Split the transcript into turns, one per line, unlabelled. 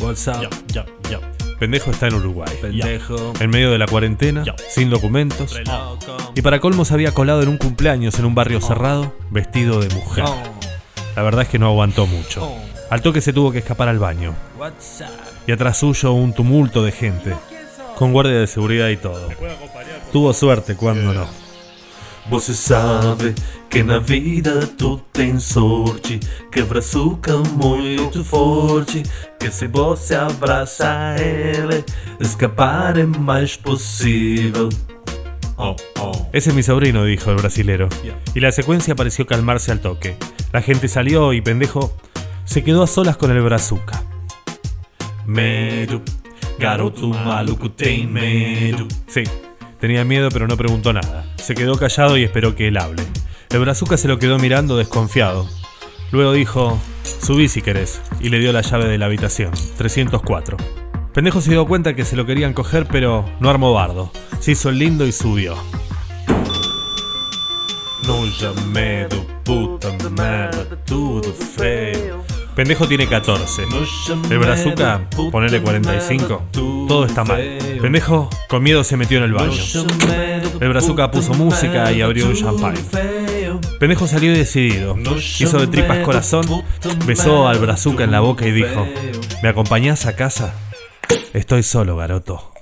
What's up?
Ya, ya, ya.
Pendejo está en Uruguay.
Pendejo.
En medio de la cuarentena,
Ya.
sin documentos.
Loco.
Y para colmo se había colado en un cumpleaños en un barrio cerrado, vestido de mujer.
Oh,
La verdad es que no aguantó mucho.
Oh.
Al toque se tuvo que escapar al baño.
What's up?
Y atrás suyo un tumulto de gente. Con guardia de seguridad y todo. Tuvo suerte cuando no.
Você sabe que na vida tu tem sorte, que o brazuca é muito forte, que se você abraça ele, escapar é mais possível.
Oh, oh.
Ese es mi sobrino, dijo el brasilero. Y la secuencia pareció calmarse al toque. La gente salió y pendejo se quedó a solas con el brazuca.
Medo, garoto maluco tem medo.
Sí, tenía miedo pero no preguntó nada. Se quedó callado y esperó que él hable. El brazuca se lo quedó mirando desconfiado. Luego dijo, subí si querés, y le dio la llave de la habitación, 304. Pendejo se dio cuenta que se lo querían coger pero no armó bardo. Se hizo el lindo y subió.
Noja, medo, puta merda, tudo feio.
Pendejo tiene 14.
Noja,
El brazuca,
medo, puta
ponele 45.
merda, tudo
Todo está mal.
feio.
Pendejo, con miedo se metió en el baño.
El brazuca puso música y abrió un champagne.
Pendejo salió decidido. Hizo de tripas corazón, besó al brazuca en la boca y dijo: ¿Me acompañás a casa? Estoy solo, garoto.